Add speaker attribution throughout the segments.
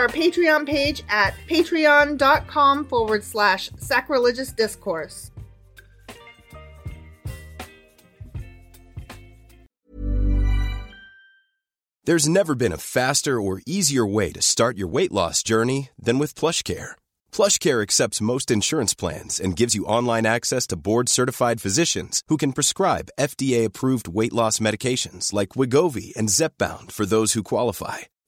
Speaker 1: our Patreon page at patreon.com forward slash sacrilegious discourse.
Speaker 2: There's never been a faster or easier way to start your weight loss journey than with PlushCare. PlushCare accepts most insurance plans and gives you online access to board-certified physicians who can prescribe FDA-approved weight loss medications like Wigovi and Zepbound for those who qualify.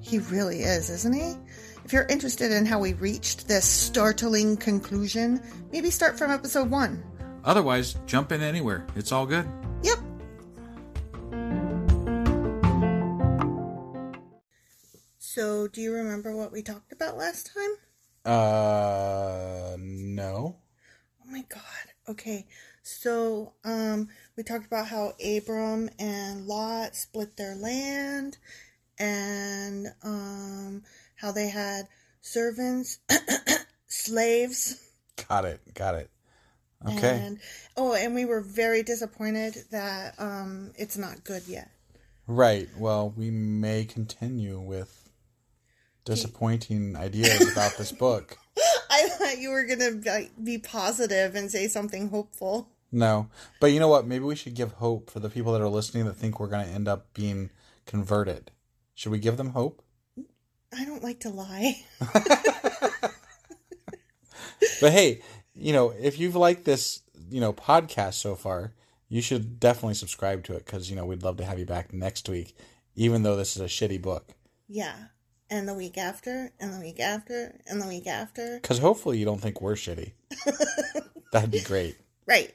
Speaker 1: he really is, isn't he? If you're interested in how we reached this startling conclusion, maybe start from episode one.
Speaker 3: Otherwise, jump in anywhere. It's all good.
Speaker 1: Yep. So, do you remember what we talked about last time?
Speaker 3: Uh, no.
Speaker 1: Oh my god. Okay. So, um we talked about how Abram and Lot split their land and um how they had servants, slaves.
Speaker 3: Got it. Got it.
Speaker 1: And oh, and we were very disappointed that um it's not good yet.
Speaker 3: Right. Well, we may continue with disappointing ideas about this book.
Speaker 1: I thought you were going to like be positive and say something hopeful.
Speaker 3: No. But you know what? Maybe we should give hope for the people that are listening that think we're going to end up being converted. Should we give them hope?
Speaker 1: I don't like to lie.
Speaker 3: But hey, you know, if you've liked this, you know, podcast so far, you should definitely subscribe to it cuz you know, we'd love to have you back next week even though this is a shitty book.
Speaker 1: Yeah. And the week after, and the week after, and the week after.
Speaker 3: Cuz hopefully you don't think we're shitty. That'd be great.
Speaker 1: Right.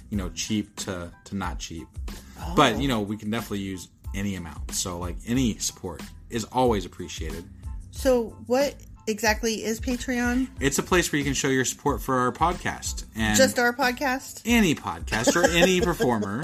Speaker 4: you know cheap to to not cheap. But you know we can definitely use any amount, so like any support is always appreciated.
Speaker 1: So, what exactly is Patreon?
Speaker 4: It's a place where you can show your support for our podcast and
Speaker 1: Just our podcast?
Speaker 4: any podcast or any performer.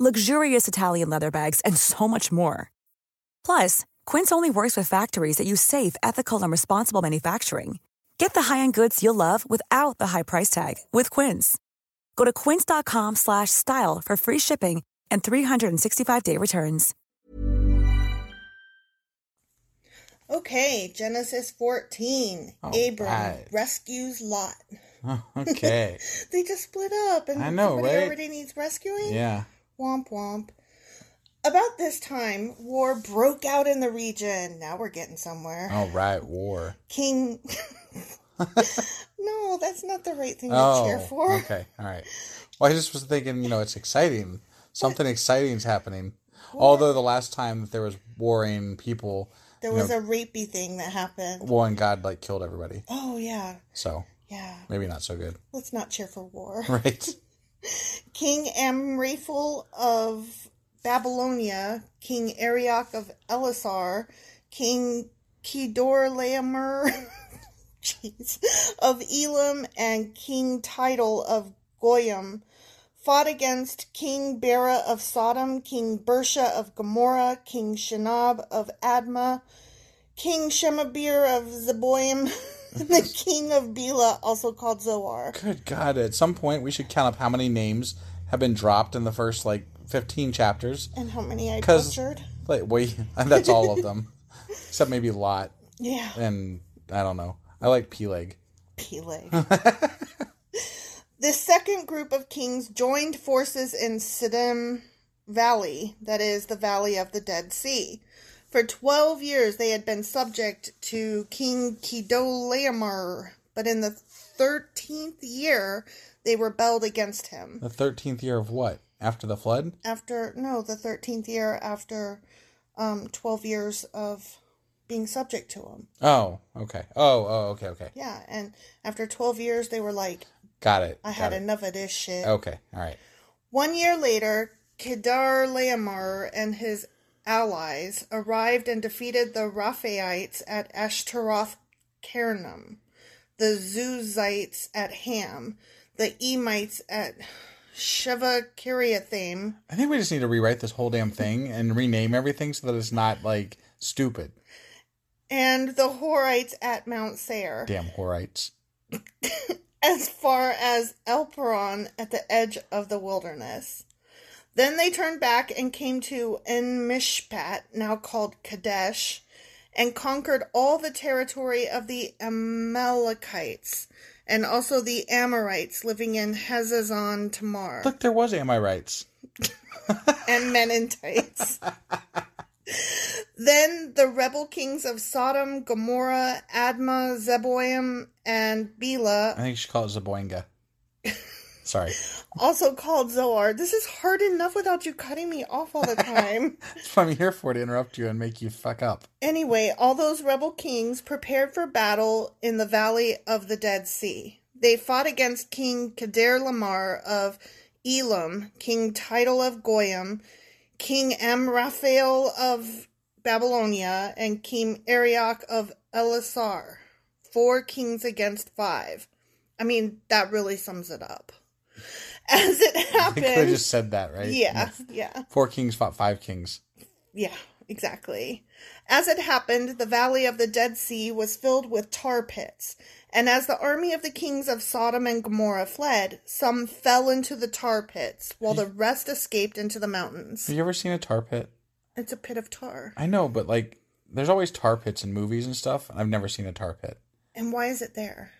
Speaker 5: luxurious Italian leather bags, and so much more. Plus, Quince only works with factories that use safe, ethical, and responsible manufacturing. Get the high-end goods you'll love without the high price tag with Quince. Go to quince.com/style slash style for free shipping and 365-day returns.
Speaker 1: Okay, Genesis 14.
Speaker 4: All
Speaker 1: Abram
Speaker 4: right.
Speaker 1: rescues Lot.
Speaker 4: okay.
Speaker 1: They just split up and
Speaker 4: I know,
Speaker 1: somebody
Speaker 4: right?
Speaker 1: already needs rescuing?
Speaker 4: yeah.
Speaker 1: Womp womp. About this time, war broke out in the region. Now we're getting somewhere.
Speaker 4: All right. War.
Speaker 1: King. no, that's not the right thing to cheer
Speaker 4: Oh.
Speaker 1: for.
Speaker 4: Okay. All right. Well, I just was thinking, you know, it's exciting. Something exciting's happening. Although the last time that there was warring people,
Speaker 1: There was a rapey thing that happened.
Speaker 4: well, and God like killed everybody.
Speaker 1: Oh, yeah.
Speaker 4: So
Speaker 1: Yeah.
Speaker 4: maybe not so good,
Speaker 1: Let's not cheer for war.
Speaker 4: right?
Speaker 1: King Amraphel of Babylonia, King Arioch of Elisar, King Kedorlaomer jeez, of Elam, and King Tidal of Goyim fought against King Bera of Sodom, King Bersha of Gomorrah, King Shinab of Admah, King Shemabir of Zeboim, and the king of Bela, also called Zoar.
Speaker 4: Good God! At some point, we should count up how many names have been dropped in the first like fifteen chapters.
Speaker 1: And how many I
Speaker 4: 'Cause-
Speaker 1: butchered?
Speaker 4: Like, wait, that's all of them, except maybe Lot
Speaker 1: Yeah.
Speaker 4: and I don't know. I like Peleg.
Speaker 1: Peleg. the second group of kings joined forces in Siddim Valley, that is, the Valley of the Dead Sea. For 12 years, they had been subject to King Kedorlaomer, but in the 13th year, they rebelled against him.
Speaker 4: The thirteenth year of what? After the flood?
Speaker 1: After, no, the 13th year after um, 12 years of being subject to him.
Speaker 4: Oh, okay. Oh, oh, okay, okay.
Speaker 1: Yeah, and after 12 years, they were like,
Speaker 4: Got it.
Speaker 1: I
Speaker 4: got
Speaker 1: had
Speaker 4: it.
Speaker 1: enough of this shit.
Speaker 4: Okay, all right.
Speaker 1: One year later, Kedar and his allies arrived and defeated the Raphaites at Ashtaroth Karnam, the Zuzites at Ham, the Emites at Sheva Kiriathaim.
Speaker 4: I think we just need to rewrite this whole damn thing and rename everything so that it's not like stupid.
Speaker 1: and the Horites at Mount Seir,
Speaker 4: Damn whorites.
Speaker 1: as far as Elperon at the edge of the wilderness. Then they turned back and came to En Mishpat, now called Kadesh, and conquered all the territory of the Amalekites and also the Amorites living in Hezazon Tamar
Speaker 4: Look, there was am I rights?
Speaker 1: and Mennonites. then the rebel kings of Sodom, Gomorrah, Admah, Zeboim, and
Speaker 4: I
Speaker 1: Bela,
Speaker 4: think you should call it Zaboinga. Sorry.
Speaker 1: also called Zoar. This is hard enough without you cutting me off all the time.
Speaker 4: That's what I'm here for to interrupt you and make you fuck up.
Speaker 1: Anyway, all those rebel kings prepared for battle in the valley of the Dead Sea. They fought against King Kedar Lamar of Elam, King Tidal of Goyim, King Amraphel of Babylonia, and King Arioch of Elasar. Four kings against five. I mean, that really sums it up. As it
Speaker 4: I could have
Speaker 1: happened.
Speaker 4: just said that, right?
Speaker 1: Yeah, yeah.
Speaker 4: Four kings fought five kings.
Speaker 1: Yeah, exactly. As it happened, the valley of the Dead Sea was filled with tar pits, and as the army of the kings of Sodom and Gomorrah fled, some fell into the tar pits, while the rest escaped into the mountains.
Speaker 4: Have you ever seen a tar pit?
Speaker 1: It's a pit of tar.
Speaker 4: I know, but like, there's always tar pits in movies and stuff, and I've never seen a tar pit.
Speaker 1: And why is it there?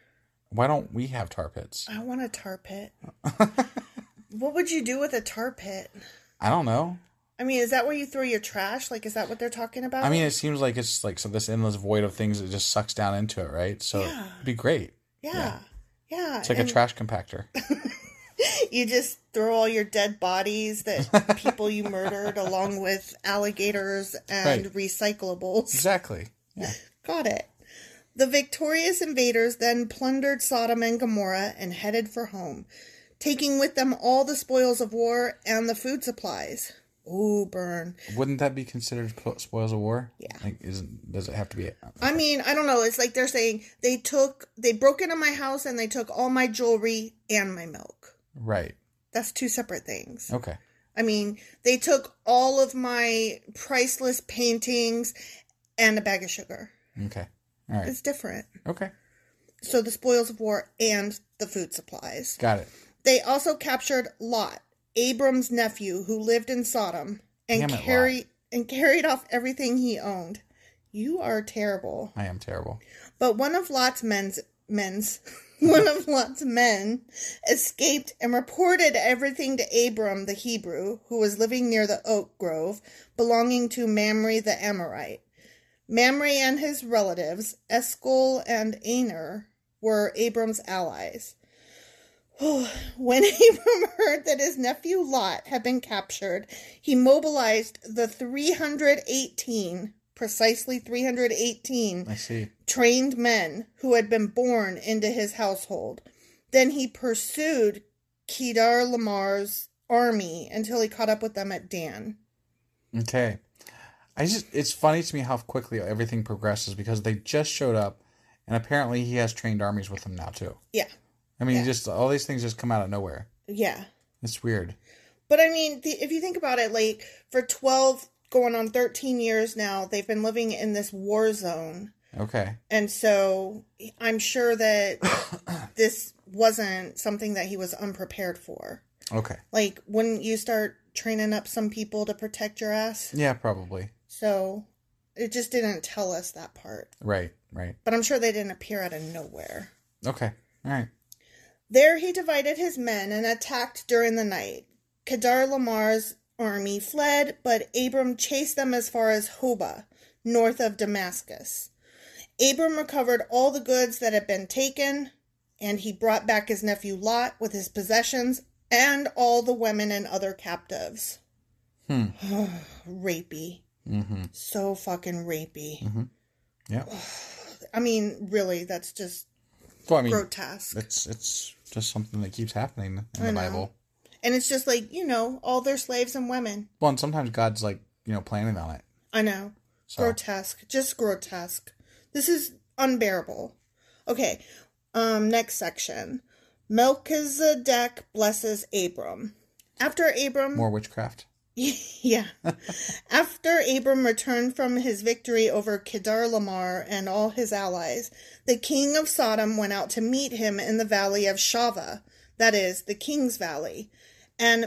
Speaker 4: Why don't we have tar pits?
Speaker 1: I want a tar pit. what would you do with a tar pit?
Speaker 4: I don't know.
Speaker 1: I mean, is that where you throw your trash? Like, is that what they're talking about?
Speaker 4: I mean, it seems like it's like so this endless void of things that just sucks down into it, right? So
Speaker 1: Yeah.
Speaker 4: it'd be great.
Speaker 1: yeah. Yeah.
Speaker 4: It's like
Speaker 1: and-
Speaker 4: a trash compactor.
Speaker 1: you just throw all your dead bodies that people you murdered along with alligators and
Speaker 4: Right.
Speaker 1: recyclables.
Speaker 4: exactly. Yeah.
Speaker 1: Got it. The victorious invaders then plundered Sodom and Gomorrah and headed for home, taking with them all the spoils of war and the food supplies. Ooh, burn.
Speaker 4: Wouldn't that be considered po- spoils of war?
Speaker 1: Yeah.
Speaker 4: Like, isn't does it have to be?
Speaker 1: I mean, I don't know. It's like they're saying they took, they broke into my house and they took all my jewelry and my milk.
Speaker 4: Right.
Speaker 1: That's two separate things.
Speaker 4: Okay.
Speaker 1: I mean, they took all of my priceless paintings and a bag of sugar.
Speaker 4: Okay. All right.
Speaker 1: It's different.
Speaker 4: Okay.
Speaker 1: So the spoils of war and the food supplies.
Speaker 4: Got it.
Speaker 1: They also captured Lot, Abram's nephew, who lived in Sodom, and
Speaker 4: Damn it, Lot.
Speaker 1: carried and carried off everything he owned. You are terrible.
Speaker 4: I am terrible.
Speaker 1: But one of Lot's men's men's one of Lot's men escaped and reported everything to Abram the Hebrew, who was living near the oak grove belonging to Mamre the Amorite. Mamre and his relatives, Eskol and Aner, were Abram's allies. When Abram heard that his nephew Lot had been captured, he mobilized the 318, precisely 318,
Speaker 4: I see.
Speaker 1: trained men who had been born into his household. Then he pursued Kedar Lamar's army until he caught up with them at Dan.
Speaker 4: Okay. I just it's funny to me how quickly everything progresses because they just showed up and apparently he has trained armies with him now too.
Speaker 1: Yeah,
Speaker 4: I mean,
Speaker 1: Yeah.
Speaker 4: just all these things just come out of nowhere.
Speaker 1: yeah.
Speaker 4: It's weird.
Speaker 1: But I mean, the, if you think about it, like for 12 going on 13 years now, they've been living in this war zone.
Speaker 4: Okay.
Speaker 1: And so I'm sure that this wasn't something that he was unprepared for.
Speaker 4: Okay.
Speaker 1: Like, wouldn't you start training up some people to protect your ass?
Speaker 4: Yeah, probably.
Speaker 1: So It just didn't tell us that part.
Speaker 4: Right, right.
Speaker 1: But I'm sure they didn't appear out of nowhere.
Speaker 4: Okay, all right.
Speaker 1: There he divided his men and attacked during the night. Kedar Lamar's army fled, but Abram chased them as far as Hoba, north of Damascus. Abram recovered all the goods that had been taken, and he brought back his nephew Lot with his possessions and all the women and other captives.
Speaker 4: Hmm.
Speaker 1: rapey.
Speaker 4: Mm-hmm.
Speaker 1: So fucking rapey.
Speaker 4: Mm-hmm. Yeah.
Speaker 1: I mean, really, that's just
Speaker 4: Well, I mean,
Speaker 1: grotesque.
Speaker 4: it's it's just something that keeps happening in
Speaker 1: I
Speaker 4: the
Speaker 1: know.
Speaker 4: Bible.
Speaker 1: And it's just like, you know, all their slaves and women.
Speaker 4: Well, and sometimes God's like you know planning on it.
Speaker 1: I know.
Speaker 4: So
Speaker 1: Grotesque. Just grotesque. This is unbearable. Okay. Um, next section. Melchizedek blesses Abram. After Abram
Speaker 4: more witchcraft.
Speaker 1: yeah. After Abram returned from his victory over Kedar Lamar and all his allies, the king of Sodom went out to meet him in the valley of Shava, that is, the king's valley. And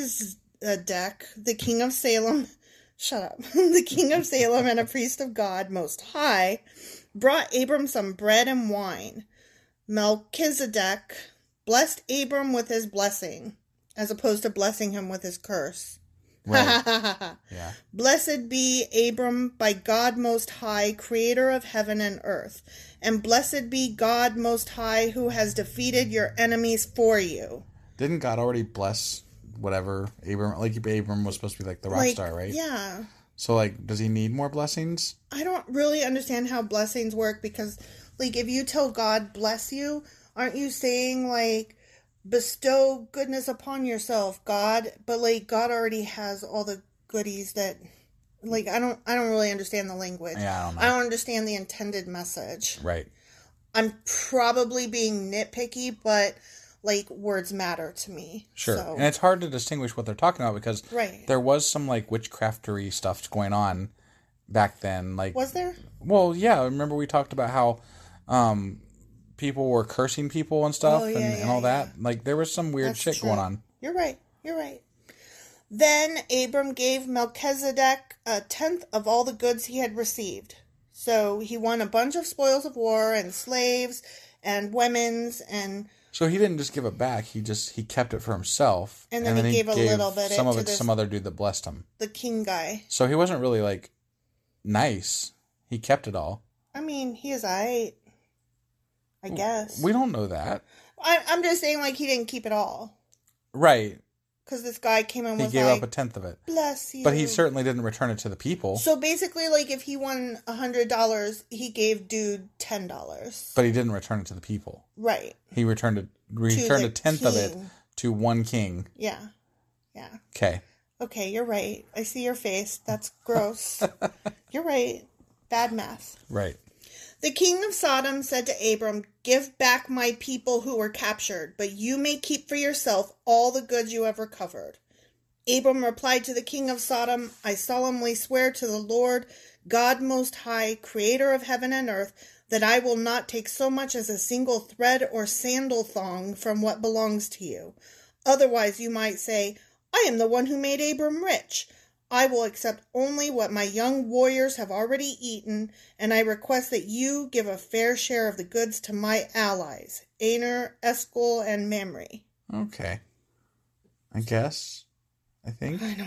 Speaker 1: Melchizedek, the king of Salem, shut up, the king of Salem and a priest of God Most High, brought Abram some bread and wine. Melchizedek blessed Abram with his blessing, as opposed to blessing him with his curse.
Speaker 4: Right. yeah.
Speaker 1: Blessed be Abram by God Most High, creator of heaven and earth. And blessed be God Most High, who has defeated your enemies for you.
Speaker 4: Didn't God already bless whatever Abram? Like Abram was supposed to be like the rock
Speaker 1: Like,
Speaker 4: star, right?
Speaker 1: Yeah.
Speaker 4: So like, does he need more blessings?
Speaker 1: I don't really understand how blessings work because, like, if you tell God bless you, aren't you saying, like, bestow goodness upon yourself, God? But, like, God already has all the goodies that. Like I don't, I don't really understand the language.
Speaker 4: Yeah, I don't know.
Speaker 1: I don't understand the intended message.
Speaker 4: Right.
Speaker 1: I'm probably being nitpicky, but like words matter to me.
Speaker 4: Sure.
Speaker 1: So,
Speaker 4: And it's hard to distinguish what they're talking about because
Speaker 1: Right.
Speaker 4: there was some like witchcraftery stuff going on back then. Like,
Speaker 1: was there?
Speaker 4: well, yeah. Remember we talked about how um, people were cursing people and stuff
Speaker 1: Oh,
Speaker 4: and,
Speaker 1: yeah,
Speaker 4: and
Speaker 1: yeah,
Speaker 4: all that. Like, there was some weird
Speaker 1: That's
Speaker 4: shit
Speaker 1: true.
Speaker 4: going on.
Speaker 1: You're right. You're right. Then Abram gave Melchizedek a tenth of all the goods he had received. So he won a bunch of spoils of war and slaves and women's and
Speaker 4: So he didn't just give it back. He just he kept it for himself,
Speaker 1: And then he gave a little bit
Speaker 4: some of
Speaker 1: to
Speaker 4: it to
Speaker 1: this-
Speaker 4: some other dude that blessed him.
Speaker 1: the king guy.
Speaker 4: So he wasn't really like nice. He kept it all.
Speaker 1: I mean, he is alright. I guess.
Speaker 4: We don't know that,
Speaker 1: I, I'm just saying, like he didn't keep it all
Speaker 4: right?
Speaker 1: because this guy came and
Speaker 4: He
Speaker 1: was
Speaker 4: gave
Speaker 1: like,
Speaker 4: up a tenth of it,
Speaker 1: "Bless you,"
Speaker 4: but he certainly didn't return it to the people.
Speaker 1: So basically, like if he won a hundred dollars, he gave dude ten dollars.
Speaker 4: but he didn't return it to the people.
Speaker 1: Right?
Speaker 4: He returned it, returned
Speaker 1: the
Speaker 4: a tenth of it
Speaker 1: king.
Speaker 4: to one king.
Speaker 1: Yeah, yeah.
Speaker 4: Okay,
Speaker 1: Okay, you're right. I see your face. That's gross. you're right. Bad math.
Speaker 4: right.
Speaker 1: The king of Sodom said to Abram, Give back my people who were captured, but you may keep for yourself all the goods you have recovered. Abram replied to the king of Sodom, I solemnly swear to the Lord, God Most High, creator of heaven and earth, that I will not take so much as a single thread or sandal thong from what belongs to you. Otherwise, you might say, I am the one who made Abram rich. I will accept only what my young warriors have already eaten, and I request that you give a fair share of the goods to my allies, Aner, Eskil, and Mamre.
Speaker 4: Okay, I guess. I think
Speaker 1: I don't know.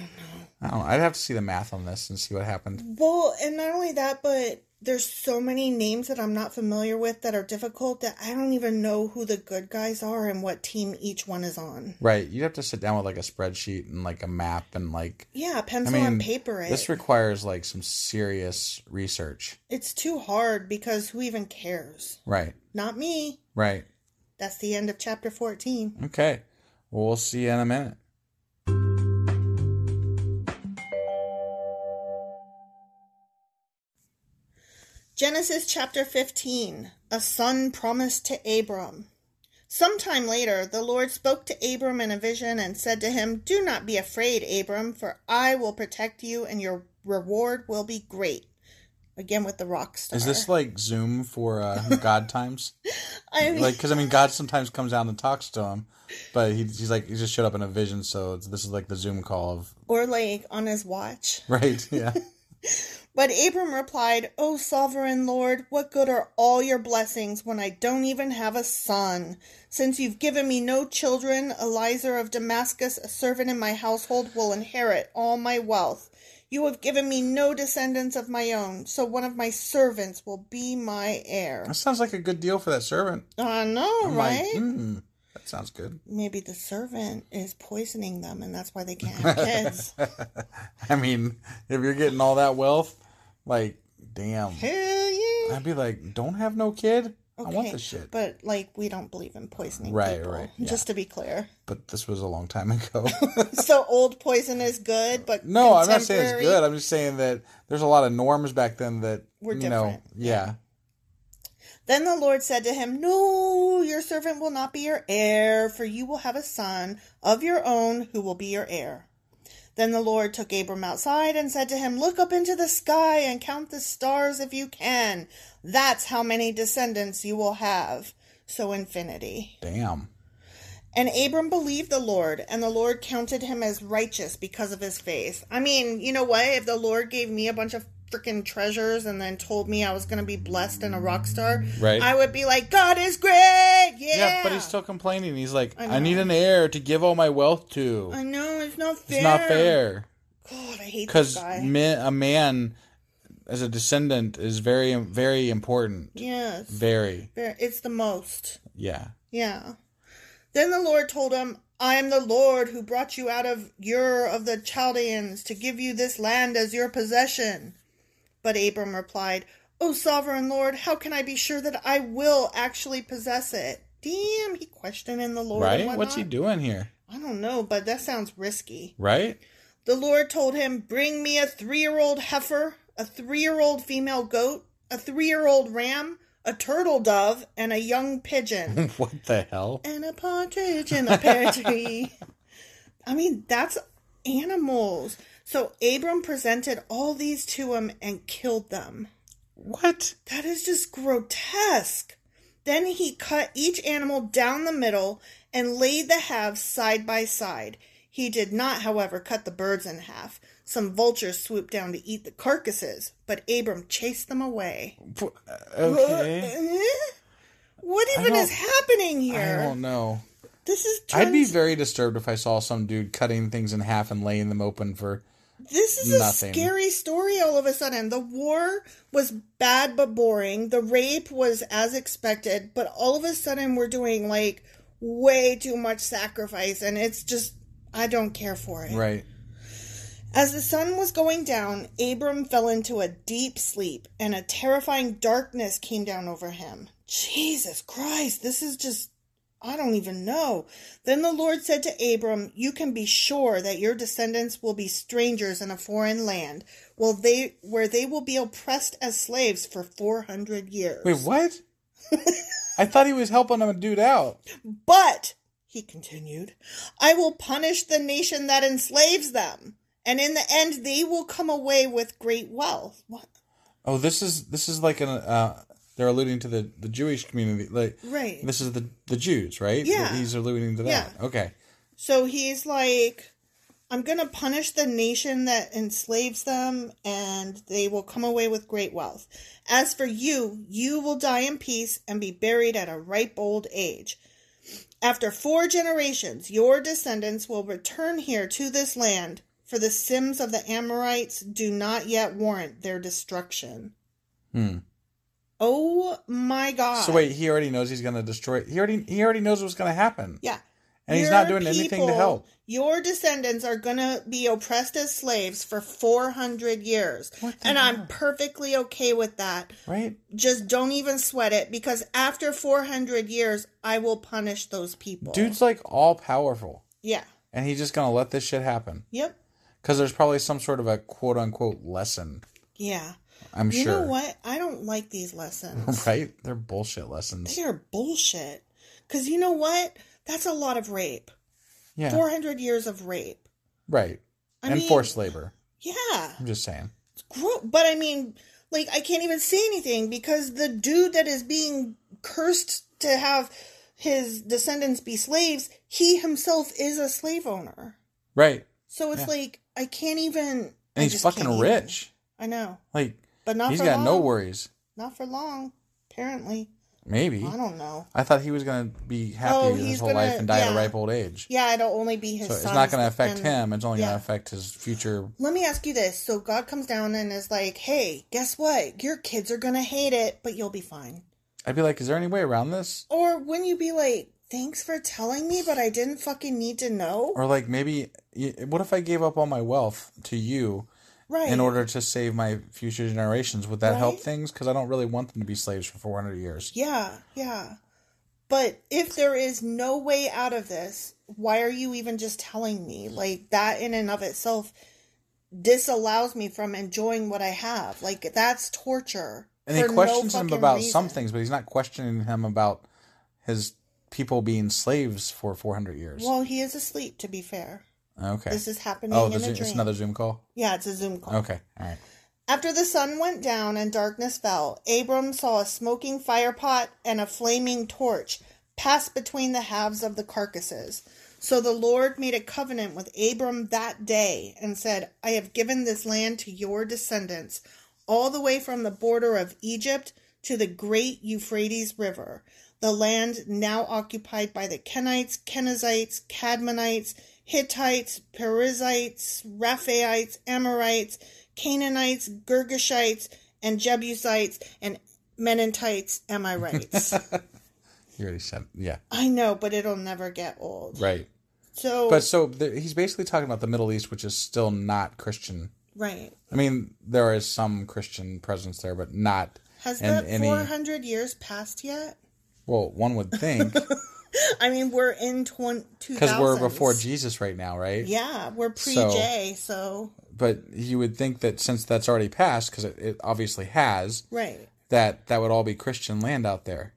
Speaker 4: I don't know. I'd have to see the math on this and see what happened.
Speaker 1: Well, and not only that, but there's so many names that I'm not familiar with that are difficult that I don't even know who the good guys are and what team each one is on.
Speaker 4: Right, you'd have to sit down with like a spreadsheet and like a map and like
Speaker 1: Yeah,
Speaker 4: I
Speaker 1: pencil
Speaker 4: mean,
Speaker 1: and paper it.
Speaker 4: this requires like some serious research.
Speaker 1: it's too hard because who even cares?
Speaker 4: Right,
Speaker 1: Not me.
Speaker 4: right.
Speaker 1: That's the end of chapter 14.
Speaker 4: Okay. Well, we'll see you in a minute.
Speaker 1: Genesis chapter 15 A son promised to Abram. Sometime later, the Lord spoke to Abram in a vision and said to him, Do not be afraid, Abram, for I will protect you and your reward will be great. Again, with the rock star.
Speaker 4: Is this like Zoom for uh, God times?
Speaker 1: I mean,
Speaker 4: Like, because I mean, God sometimes comes down and talks to him, but he, he's like he just showed up in a vision, so it's, this is like the Zoom call of
Speaker 1: or like on his watch?
Speaker 4: right, yeah,
Speaker 1: But Abram replied, O sovereign Lord, what good are all your blessings when I don't even have a son? Since you've given me no children, Eliezer of Damascus, a servant in my household, will inherit all my wealth. You have given me no descendants of my own, so one of my servants will be my heir.
Speaker 4: That sounds like a good deal for that servant.
Speaker 1: I know,
Speaker 4: I'm like,
Speaker 1: right?
Speaker 4: "Mm, that sounds good.
Speaker 1: Maybe the servant is poisoning them, and that's why they can't have kids.
Speaker 4: I mean, if you're getting all that wealth, like, damn.
Speaker 1: Hell yeah!
Speaker 4: I'd be like, don't have no kid. I want
Speaker 1: Okay,
Speaker 4: this shit. But,
Speaker 1: But like, we don't believe in poisoning
Speaker 4: Right,
Speaker 1: people.
Speaker 4: right, yeah.
Speaker 1: Just to be clear,
Speaker 4: this was a long time ago.
Speaker 1: so old poison is good, but
Speaker 4: no, I'm not saying it's
Speaker 1: contemporary-
Speaker 4: good. I'm just saying that there's a lot of norms back then that
Speaker 1: Were
Speaker 4: you know,
Speaker 1: different.
Speaker 4: yeah.
Speaker 1: Then the Lord said to him, No, your servant will not be your heir, for you will have a son of your own who will be your heir. Then the Lord took Abram outside and said to him, Look up into the sky and count the stars if you can. That's how many descendants you will have. So infinity.
Speaker 4: Damn.
Speaker 1: And Abram believed the Lord, and the Lord counted him as righteous because of his faith. I mean, you know what? If the Lord gave me a bunch of freaking treasures and then told me I was going to be blessed and a rock star,
Speaker 4: Right.
Speaker 1: I would be like, God is great! Yeah!
Speaker 4: but he's still complaining. He's like,
Speaker 1: I
Speaker 4: I, need
Speaker 1: know.
Speaker 4: an heir to give all my wealth to.
Speaker 1: I know, it's not fair.
Speaker 4: It's not fair
Speaker 1: God, I hate this
Speaker 4: because
Speaker 1: guy.
Speaker 4: a man as a descendant is very, very important.
Speaker 1: yes.
Speaker 4: Very,
Speaker 1: Fair- It's the most.
Speaker 4: yeah.
Speaker 1: Yeah. Then the Lord told him, I am the Lord who brought you out of Ur of the Chaldeans to give you this land as your possession. But Abram replied, O sovereign Lord, how can I be sure that I will actually possess it? Damn, he questioning the Lord. and
Speaker 4: right? What's he
Speaker 1: whatnot.
Speaker 4: doing here?
Speaker 1: I don't know, but that sounds risky.
Speaker 4: Right?
Speaker 1: The Lord told him, Bring me a three year old heifer, a three year old female goat, a three year old ram, a turtle dove, and a young pigeon.
Speaker 4: what the hell?
Speaker 1: and a partridge in a pear tree. I mean, that's animals. So Abram presented all these to him and killed them.
Speaker 4: What?
Speaker 1: That is just grotesque. Then he cut each animal down the middle and laid the halves side by side. He did not, however, cut the birds in half. Some vultures swooped down to eat the carcasses, but Abram chased them away.
Speaker 4: Okay.
Speaker 1: Eh? What
Speaker 4: I
Speaker 1: even
Speaker 4: don't-
Speaker 1: is happening
Speaker 4: I
Speaker 1: here?
Speaker 4: don't know.
Speaker 1: This is
Speaker 4: I'd be
Speaker 1: turns-
Speaker 4: very disturbed if I saw some dude cutting things in half and laying them open for.
Speaker 1: This is
Speaker 4: Nothing.
Speaker 1: a scary story all of a sudden. The war was bad but boring. The rape was as expected, but all of a sudden we're doing like way too much sacrifice and it's just I don't care for it.
Speaker 4: Right.
Speaker 1: As the sun was going down, Abram fell into a deep sleep and a terrifying darkness came down over him. Jesus Christ, this is just I don't even know. Then the Lord said to Abram, You can be sure that your descendants will be strangers in a foreign land, will they where they will be oppressed as slaves for four hundred years.
Speaker 4: Wait, what? I thought he was helping a dude out.
Speaker 1: But, he continued, I will punish the nation that enslaves them, and in the end they will come away with great wealth. What?
Speaker 4: Oh, this is this is like an uh, they're alluding to the the Jewish community. Like
Speaker 1: Right.
Speaker 4: this is the the Jews, right?
Speaker 1: Yeah.
Speaker 4: He's alluding to that.
Speaker 1: Yeah.
Speaker 4: Okay.
Speaker 1: So he's like, I'm going to punish the nation that enslaves them, and they will come away with great wealth. As for you, you will die in peace and be buried at a ripe old age. After four generations, your descendants will return here to this land, for the Sims of the Amorites do not yet warrant their destruction.
Speaker 4: Hmm.
Speaker 1: Oh my God.
Speaker 4: So wait, he already knows he's gonna destroy. He already he already knows what's gonna happen.
Speaker 1: Yeah.
Speaker 4: And he's not
Speaker 1: Your
Speaker 4: doing anything to
Speaker 1: people-
Speaker 4: help.
Speaker 1: Your descendants are going to be oppressed as slaves for 400 years. And I'm perfectly okay with that.
Speaker 4: Right.
Speaker 1: Just don't even sweat it because after 400 years, I will punish those people.
Speaker 4: Dude's like all powerful,
Speaker 1: Yeah.
Speaker 4: and he's just gonna let this shit happen
Speaker 1: Yep.
Speaker 4: because there's probably some sort of a quote unquote lesson.
Speaker 1: Yeah.
Speaker 4: I'm
Speaker 1: you
Speaker 4: sure.
Speaker 1: know what? I don't like these lessons.
Speaker 4: Right? They're bullshit lessons.
Speaker 1: They're bullshit. Because you know what? That's a lot of rape.
Speaker 4: Yeah.
Speaker 1: 400 years of rape.
Speaker 4: Right.
Speaker 1: I
Speaker 4: and
Speaker 1: mean-
Speaker 4: forced labor.
Speaker 1: Yeah.
Speaker 4: I'm just saying.
Speaker 1: gro- but I mean, like, I can't even say anything because the dude that is being cursed to have his descendants be slaves, he himself is a slave owner.
Speaker 4: Right.
Speaker 1: So it's
Speaker 4: Yeah.
Speaker 1: like I can't even.
Speaker 4: And
Speaker 1: I
Speaker 4: he's
Speaker 1: just
Speaker 4: fucking
Speaker 1: can't even.
Speaker 4: rich.
Speaker 1: I know,
Speaker 4: Like
Speaker 1: but not
Speaker 4: he's
Speaker 1: for
Speaker 4: got
Speaker 1: long.
Speaker 4: no worries.
Speaker 1: Not for long, apparently.
Speaker 4: Maybe
Speaker 1: I don't know.
Speaker 4: I thought he was gonna be happy
Speaker 1: Oh, he's
Speaker 4: his whole
Speaker 1: gonna-
Speaker 4: life and die at
Speaker 1: yeah.
Speaker 4: a ripe old age.
Speaker 1: Yeah, it'll only be his.
Speaker 4: So it's
Speaker 1: sons
Speaker 4: not gonna affect
Speaker 1: and-
Speaker 4: him. It's only
Speaker 1: yeah.
Speaker 4: gonna affect his future.
Speaker 1: Let me ask you this: So God comes down and is like, "Hey, guess what? Your kids are gonna hate it, but you'll be fine."
Speaker 4: I'd be like, is there any way around this?
Speaker 1: Or wouldn't you be like, "Thanks for telling me, but I didn't fucking need to know."
Speaker 4: Or like maybe, y- what if I gave up all my wealth to you
Speaker 1: Right.
Speaker 4: in order to save my future generations? Would that help
Speaker 1: Right.
Speaker 4: things? Because I don't really want them to be slaves for 400 years.
Speaker 1: Yeah, yeah. But if there is no way out of this, why are you even just telling me? Like that in and of itself disallows me from enjoying what I have. Like that's torture.
Speaker 4: And he
Speaker 1: for no
Speaker 4: questions him
Speaker 1: fucking
Speaker 4: about
Speaker 1: reason.
Speaker 4: some things, but he's not questioning him about his people being slaves for 400 years.
Speaker 1: Well, he is asleep to be fair.
Speaker 4: okay.
Speaker 1: This is happening
Speaker 4: Oh,
Speaker 1: in
Speaker 4: the
Speaker 1: a
Speaker 4: Zo-
Speaker 1: dream.
Speaker 4: it's another Zoom call?
Speaker 1: Yeah, it's a Zoom call.
Speaker 4: Okay. All right.
Speaker 1: After the sun went down and darkness fell, Abram saw a smoking firepot and a flaming torch pass between the halves of the carcasses. So the Lord made a covenant with Abram that day and said, I have given this land to your descendants, all the way from the border of Egypt to the great Euphrates River, the land now occupied by the Kenites, Kenizzites, Cadmonites, Hittites, Perizzites, Raphaites, Amorites, Canaanites, Girgashites, and Jebusites, and Mennonites, am I right?
Speaker 4: You already said, yeah.
Speaker 1: I know, but it'll never get old.
Speaker 4: Right.
Speaker 1: So,
Speaker 4: But so th- he's basically talking about the Middle East, which is still not Christian.
Speaker 1: right.
Speaker 4: I mean, there is some Christian presence there, but not
Speaker 1: Has
Speaker 4: in
Speaker 1: that
Speaker 4: any.
Speaker 1: 400 years passed yet?
Speaker 4: Well, one would think
Speaker 1: I mean, we're in 20, 2000s.
Speaker 4: because we're before Jesus right now, right?
Speaker 1: Yeah, we're pre
Speaker 4: So-
Speaker 1: J, so,
Speaker 4: But you would think that since that's already passed, because it, it obviously has,
Speaker 1: right.
Speaker 4: that that would all be Christian land out there.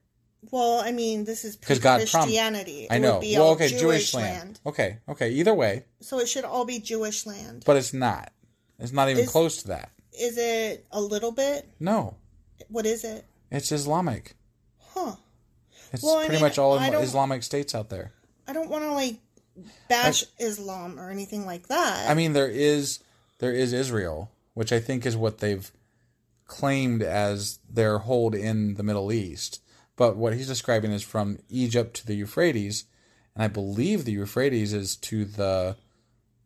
Speaker 1: Well, I mean, this is pre
Speaker 4: Because God prom-
Speaker 1: Christianity.
Speaker 4: I know. Well, okay, Jewish, land. Okay, okay. Either way,
Speaker 1: So it should all be Jewish land.
Speaker 4: but it's not. It's not even
Speaker 1: Is-
Speaker 4: close to that.
Speaker 1: Is it a little bit?
Speaker 4: No,
Speaker 1: What is it?
Speaker 4: it's Islamic.
Speaker 1: Huh.
Speaker 4: It's
Speaker 1: Well, I
Speaker 4: pretty
Speaker 1: mean,
Speaker 4: much all
Speaker 1: I
Speaker 4: Im-
Speaker 1: don't-
Speaker 4: Islamic states out there.
Speaker 1: I don't want to like bash Islam or anything like that.
Speaker 4: I mean, there is there is Israel, which I think is what they've claimed as their hold in the Middle East. But what he's describing is from Egypt to the Euphrates, and I believe the Euphrates is to the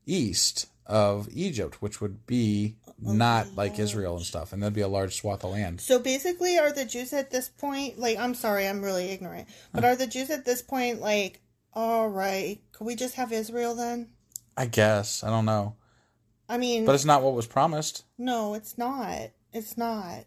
Speaker 4: east of Egypt, which would be not like Israel and stuff, and that'd be a large swath of land.
Speaker 1: so basically, are the Jews at this point like? I'm sorry, I'm really ignorant, but are the Jews at this point like? All right, could we just have Israel then?
Speaker 4: I guess I don't know,
Speaker 1: I mean,
Speaker 4: but it's not what was promised.
Speaker 1: no, it's not. It's not.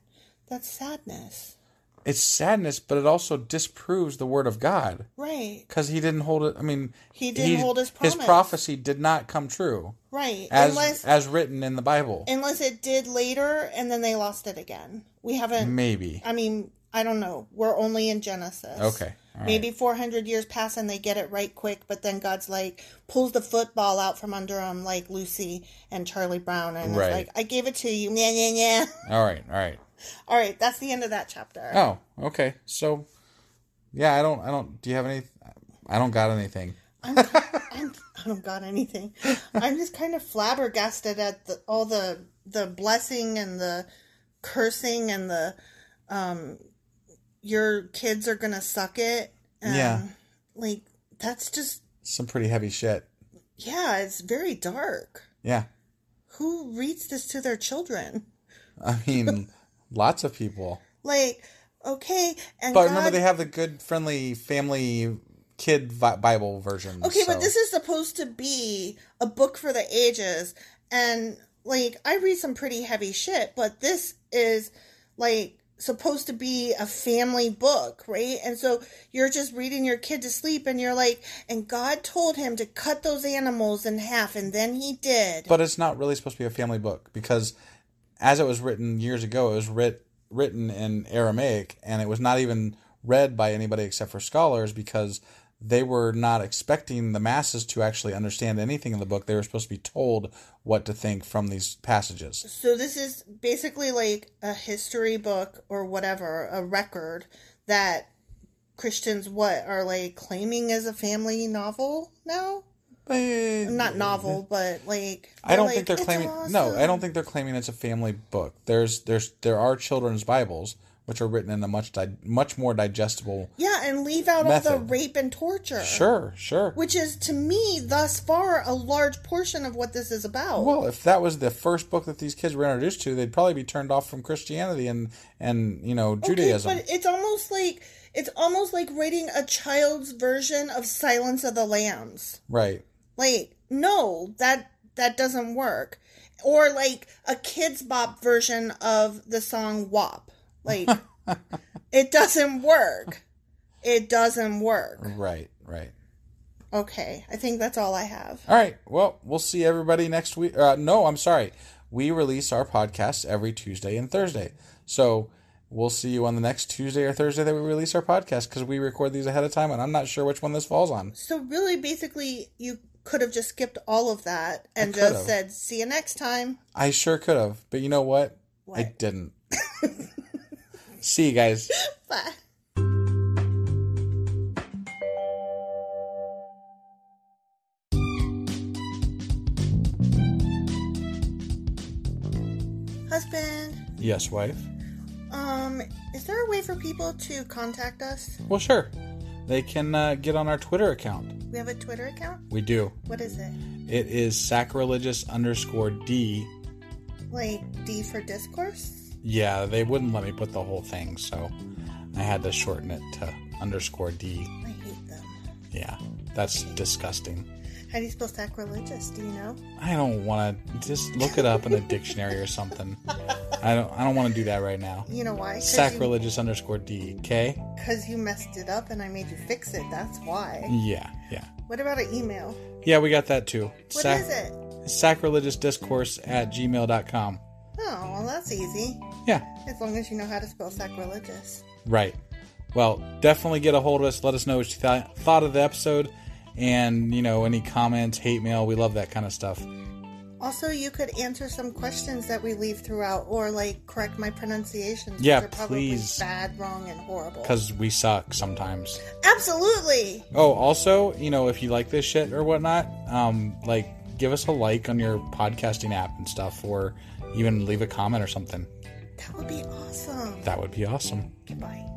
Speaker 1: That's sadness,
Speaker 4: It's sadness, but it also disproves the word of God
Speaker 1: right?
Speaker 4: because he didn't hold it. I mean,
Speaker 1: He didn't hold his promise.
Speaker 4: His prophecy did not come true
Speaker 1: Right,
Speaker 4: as
Speaker 1: unless
Speaker 4: as written in the Bible.
Speaker 1: unless it did later, and then they lost it again. We haven't.
Speaker 4: Maybe.
Speaker 1: I mean, I don't know. We're only in Genesis.
Speaker 4: Okay. all right.
Speaker 1: Maybe 400 years pass and they get it right quick, but then God's like, pulls the football out from under them, like Lucy and Charlie Brown, and
Speaker 4: Right.
Speaker 1: is like, I gave it to you. Yeah, yeah, yeah.
Speaker 4: All right. All right.
Speaker 1: All right, that's the end of that chapter.
Speaker 4: Oh, okay. So, yeah, I don't. I don't. Do you have any? I don't got anything.
Speaker 1: I'm, I'm, I don't got anything. I'm just kind of flabbergasted at the, all the the blessing and the cursing and the um, your kids are gonna suck it. And,
Speaker 4: Yeah.
Speaker 1: like that's just
Speaker 4: Some pretty heavy shit.
Speaker 1: yeah, it's very dark.
Speaker 4: Yeah.
Speaker 1: Who reads this to their children?
Speaker 4: I mean, lots of people.
Speaker 1: Like, okay, and
Speaker 4: But
Speaker 1: God-
Speaker 4: remember, they have the good, friendly, family, kid vi- Bible version.
Speaker 1: okay, but
Speaker 4: so-
Speaker 1: this is supposed to be a book for the ages, and like I read some pretty heavy shit, but this is like supposed to be a family book, right? And so you're just reading your kid to sleep, and you're like, and God told him to cut those animals in half, and then he did.
Speaker 4: But it's not really supposed to be a family book because, as it was written years ago, it was writ- written in Aramaic and it was not even read by anybody except for scholars because they were not expecting the masses to actually understand anything in the book. They were supposed to be told what to think from these passages.
Speaker 1: So this is basically like a history book or whatever, a record that Christians what are like claiming as a family novel now? Not novel, but like
Speaker 3: Mm-hmm. I don't
Speaker 1: like,
Speaker 3: think they're
Speaker 1: "It's
Speaker 3: claiming. No,
Speaker 1: awesome."
Speaker 3: I don't think they're claiming it's a family book. There's there's there are children's Bibles which are written in a much di- much more digestible.
Speaker 1: Yeah, and leave out all the
Speaker 3: Method.
Speaker 1: rape and torture.
Speaker 3: Sure, sure.
Speaker 1: Which is to me thus far a large portion of what this is about.
Speaker 3: Well, if that was the first book that these kids were introduced to, they'd probably be turned off from Christianity and and you know Judaism.
Speaker 1: Okay, but it's almost like it's almost like reading a child's version of Silence of the Lambs.
Speaker 3: right.
Speaker 1: Like, no, that that doesn't work. Or like a kids bop version of the song WAP. Like it doesn't work. It doesn't work.
Speaker 3: Right. Right.
Speaker 1: Okay. I think that's all I have.
Speaker 3: All right. Well, we'll see everybody next week. Uh, no, I'm sorry. We release our podcasts every Tuesday and Thursday. So we'll see you on the next Tuesday or Thursday that we release our podcast because we record these ahead of time and I'm not sure which one this falls on.
Speaker 1: So really basically you could have just skipped all of that and
Speaker 3: I could
Speaker 1: just
Speaker 3: have.
Speaker 1: said see you next time.
Speaker 3: I sure could have, but you know what? I
Speaker 1: What?
Speaker 3: didn't. see you guys.
Speaker 1: Bye. Husband,
Speaker 3: Yes, wife.
Speaker 1: um, is there a way for people to contact us?
Speaker 3: Well, sure. They can uh, get on our Twitter account.
Speaker 1: We have a Twitter account.
Speaker 3: We do.
Speaker 1: What is it?
Speaker 3: It is sacrilegious underscore D.
Speaker 1: Like D for discourse?
Speaker 3: Yeah, they wouldn't let me put the whole thing, so I had to shorten it to underscore D.
Speaker 1: I hate them.
Speaker 3: Yeah, that's disgusting.
Speaker 1: How do you spell sacrilegious? Do you know?
Speaker 3: I don't want to just look it up in a dictionary or something. I don't. I don't want to do that right now.
Speaker 1: You know why? 'Cause you-
Speaker 3: Sacrilegious underscore D. K.
Speaker 1: Because you messed it up and I made you fix it. That's why.
Speaker 3: Yeah, yeah,
Speaker 1: What about an email?
Speaker 3: yeah. We got that too.
Speaker 1: What is it?
Speaker 3: Sacrilegious discourse at gmail.com.
Speaker 1: Oh, well, that's easy.
Speaker 3: Yeah,
Speaker 1: As long as you know how to spell sacrilegious.
Speaker 3: right. Well, definitely get a hold of us. Let us know what you th- thought of the episode, and you know any comments, hate mail. We love that kind of stuff.
Speaker 1: Also, you could answer some questions that we leave throughout, or like correct my pronunciations.
Speaker 3: Yeah,
Speaker 1: which are probably
Speaker 3: please.
Speaker 1: Bad, wrong, and horrible.
Speaker 3: Because we suck sometimes.
Speaker 1: Absolutely.
Speaker 3: Oh, also, you know, if you like this shit or whatnot, um, like give us a like on your podcasting app and stuff, or even leave a comment or something.
Speaker 1: That would be awesome.
Speaker 3: That would be awesome.
Speaker 1: Goodbye.